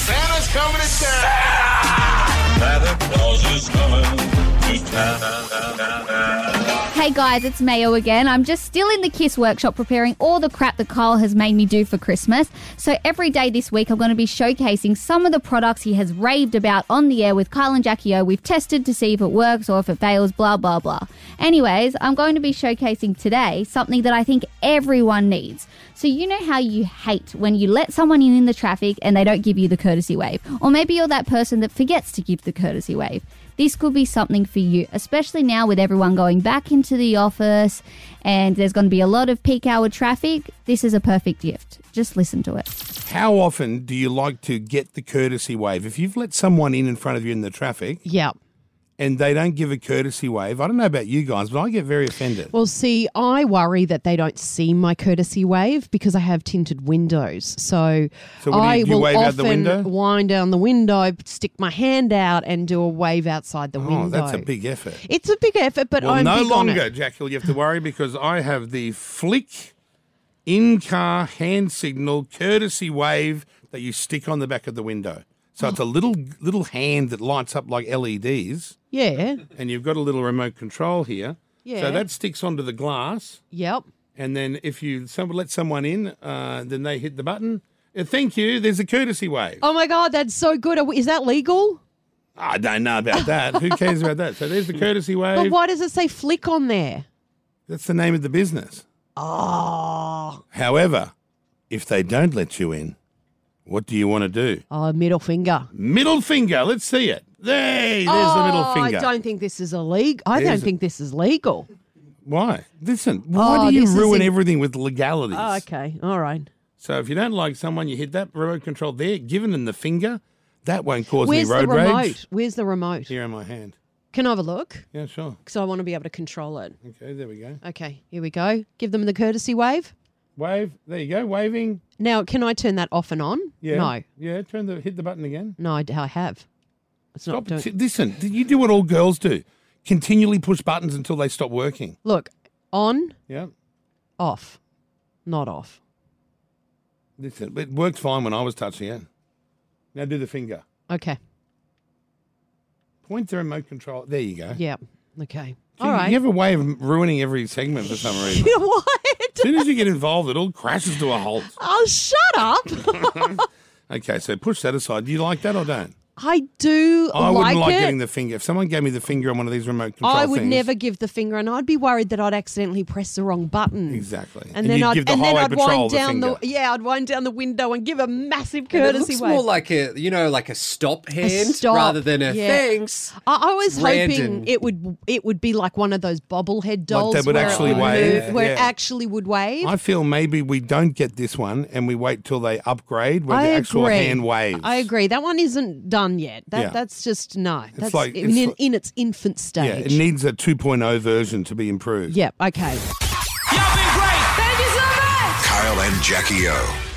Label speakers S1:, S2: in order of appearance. S1: coming to town. Santa Claus is coming to town.
S2: Hey guys, it's Mayo again. I'm just still in the KISS workshop preparing all the crap that Kyle has made me do for Christmas. So every day this week, I'm going to be showcasing some of the products he has raved about on the air with Kyle and Jackie O. We've tested to see if it works or if it fails, blah, blah, blah. Anyways, I'm going to be showcasing today something that I think everyone needs. So, you know how you hate when you let someone in in the traffic and they don't give you the courtesy wave? Or maybe you're that person that forgets to give the courtesy wave. This could be something for you, especially now with everyone going back into the office and there's going to be a lot of peak hour traffic. This is a perfect gift. Just listen to it.
S3: How often do you like to get the courtesy wave? If you've let someone in in front of you in the traffic
S4: Yeah.
S3: and they don't give a courtesy wave, I don't know about you guys, but I get very offended.
S4: Well, see, I worry that they don't see my courtesy wave because I have tinted windows. So,
S3: So what do you-
S4: I
S3: do you
S4: will
S3: wave
S4: often
S3: out the window?
S4: wind down the window, stick my hand out, and do a wave outside the window.
S3: oh, that's a big effort.
S4: It's a big effort, but
S3: Well,
S4: I'm
S3: no
S4: big on it.
S3: longer, Jackie, will you have to worry because I have the flick in car hand signal courtesy wave that you stick on the back of the window. So
S4: Oh.
S3: it's a little little hand that lights up like LEDs,
S4: Yeah.
S3: and you've got a little remote control here.
S4: Yeah.
S3: So that sticks onto the glass,
S4: Yep.
S3: and then if you some, let someone in, uh, then they hit the button. Uh, Thank you. There's a courtesy wave.
S4: Oh my God, that's so good. Are we- Is that legal?
S3: I don't know about that. Who cares about that? So there's the courtesy
S4: But
S3: wave.
S4: why does it say flick on there?
S3: That's the name of the business. Ah.
S4: Oh,
S3: However, if they don't let you in, what do you want to do?
S4: oh middle finger.
S3: Middle finger. Let's see it. Hey, there's the middle
S4: Oh,
S3: finger.
S4: I don't think this is illegal. I
S3: There's
S4: don't
S3: a-
S4: think this is legal.
S3: Why? Listen, why
S4: Oh,
S3: do you
S4: this is
S3: ruin
S4: in-
S3: everything with legalities?
S4: Oh, okay. All right.
S3: So if you don't like someone, you hit that remote control there, giving them the finger. That won't cause
S4: Where's
S3: any
S4: the
S3: road
S4: remote?
S3: rage.
S4: Where's the remote?
S3: Here in my hand.
S4: Can I have a look?
S3: Yeah, sure.
S4: Because I want to be able to control it.
S3: Okay, there we go.
S4: Okay, here we go. Give them the courtesy wave.
S3: Wave. There you go. Waving.
S4: Now, can I turn that off and on?
S3: Yeah.
S4: No,
S3: Yeah. Turn the hit the button again.
S4: no, I, d- I have. It's
S3: Stop.
S4: not
S3: t-
S4: doing.
S3: listen, you do what all girls do. Continually push buttons until they stop working.
S4: Look, on,
S3: Yeah.
S4: off, not off.
S3: Listen, it worked fine when I was touching it. Now do the finger.
S4: Okay.
S3: Point the remote control. There you go.
S4: Yeah. Okay.
S3: See,
S4: All right.
S3: You have a way of ruining every segment for some reason.
S4: You know what?
S3: as soon as you get involved, it all crashes to a halt.
S4: Oh, shut up.
S3: Okay, so push that aside. Do you like that or don't?
S4: I do
S3: I
S4: like,
S3: wouldn't like
S4: it.
S3: getting the finger. If someone gave me the finger on one of these remote control
S4: I would
S3: things-
S4: never give the finger, and I'd be worried that I'd accidentally press the wrong button.
S3: Exactly.
S4: And, then
S3: you'd
S4: I'd,
S3: give the
S4: and then
S3: highway
S4: I'd
S3: patrol
S4: wind down
S3: the
S4: the,
S3: finger.
S4: yeah, I'd wind down the window and give a massive
S5: And
S4: courtesy
S5: it looks
S4: wave.
S5: more like a you know like a stop hand
S4: stop,
S5: rather than a
S4: yeah.
S5: thanks.
S4: I, I was
S5: It's
S4: hoping
S5: random.
S4: it would it would be like one of those bobblehead dolls
S3: would
S4: where it
S3: actually wave,
S4: move- where it
S3: yeah.
S4: actually would wave.
S3: I feel maybe we don't get this one and we wait till they upgrade where the actual hand waves.
S4: I agree. That one isn't done yet. That
S3: Yeah.
S4: that's just no. That's
S3: like-
S4: in,
S3: it's
S4: in,
S3: like-
S4: its infant
S3: Yeah, it
S4: stage.
S3: needs a 2.0 version to be improved.
S4: Yep, Okay.
S1: Kyle and Jackie O.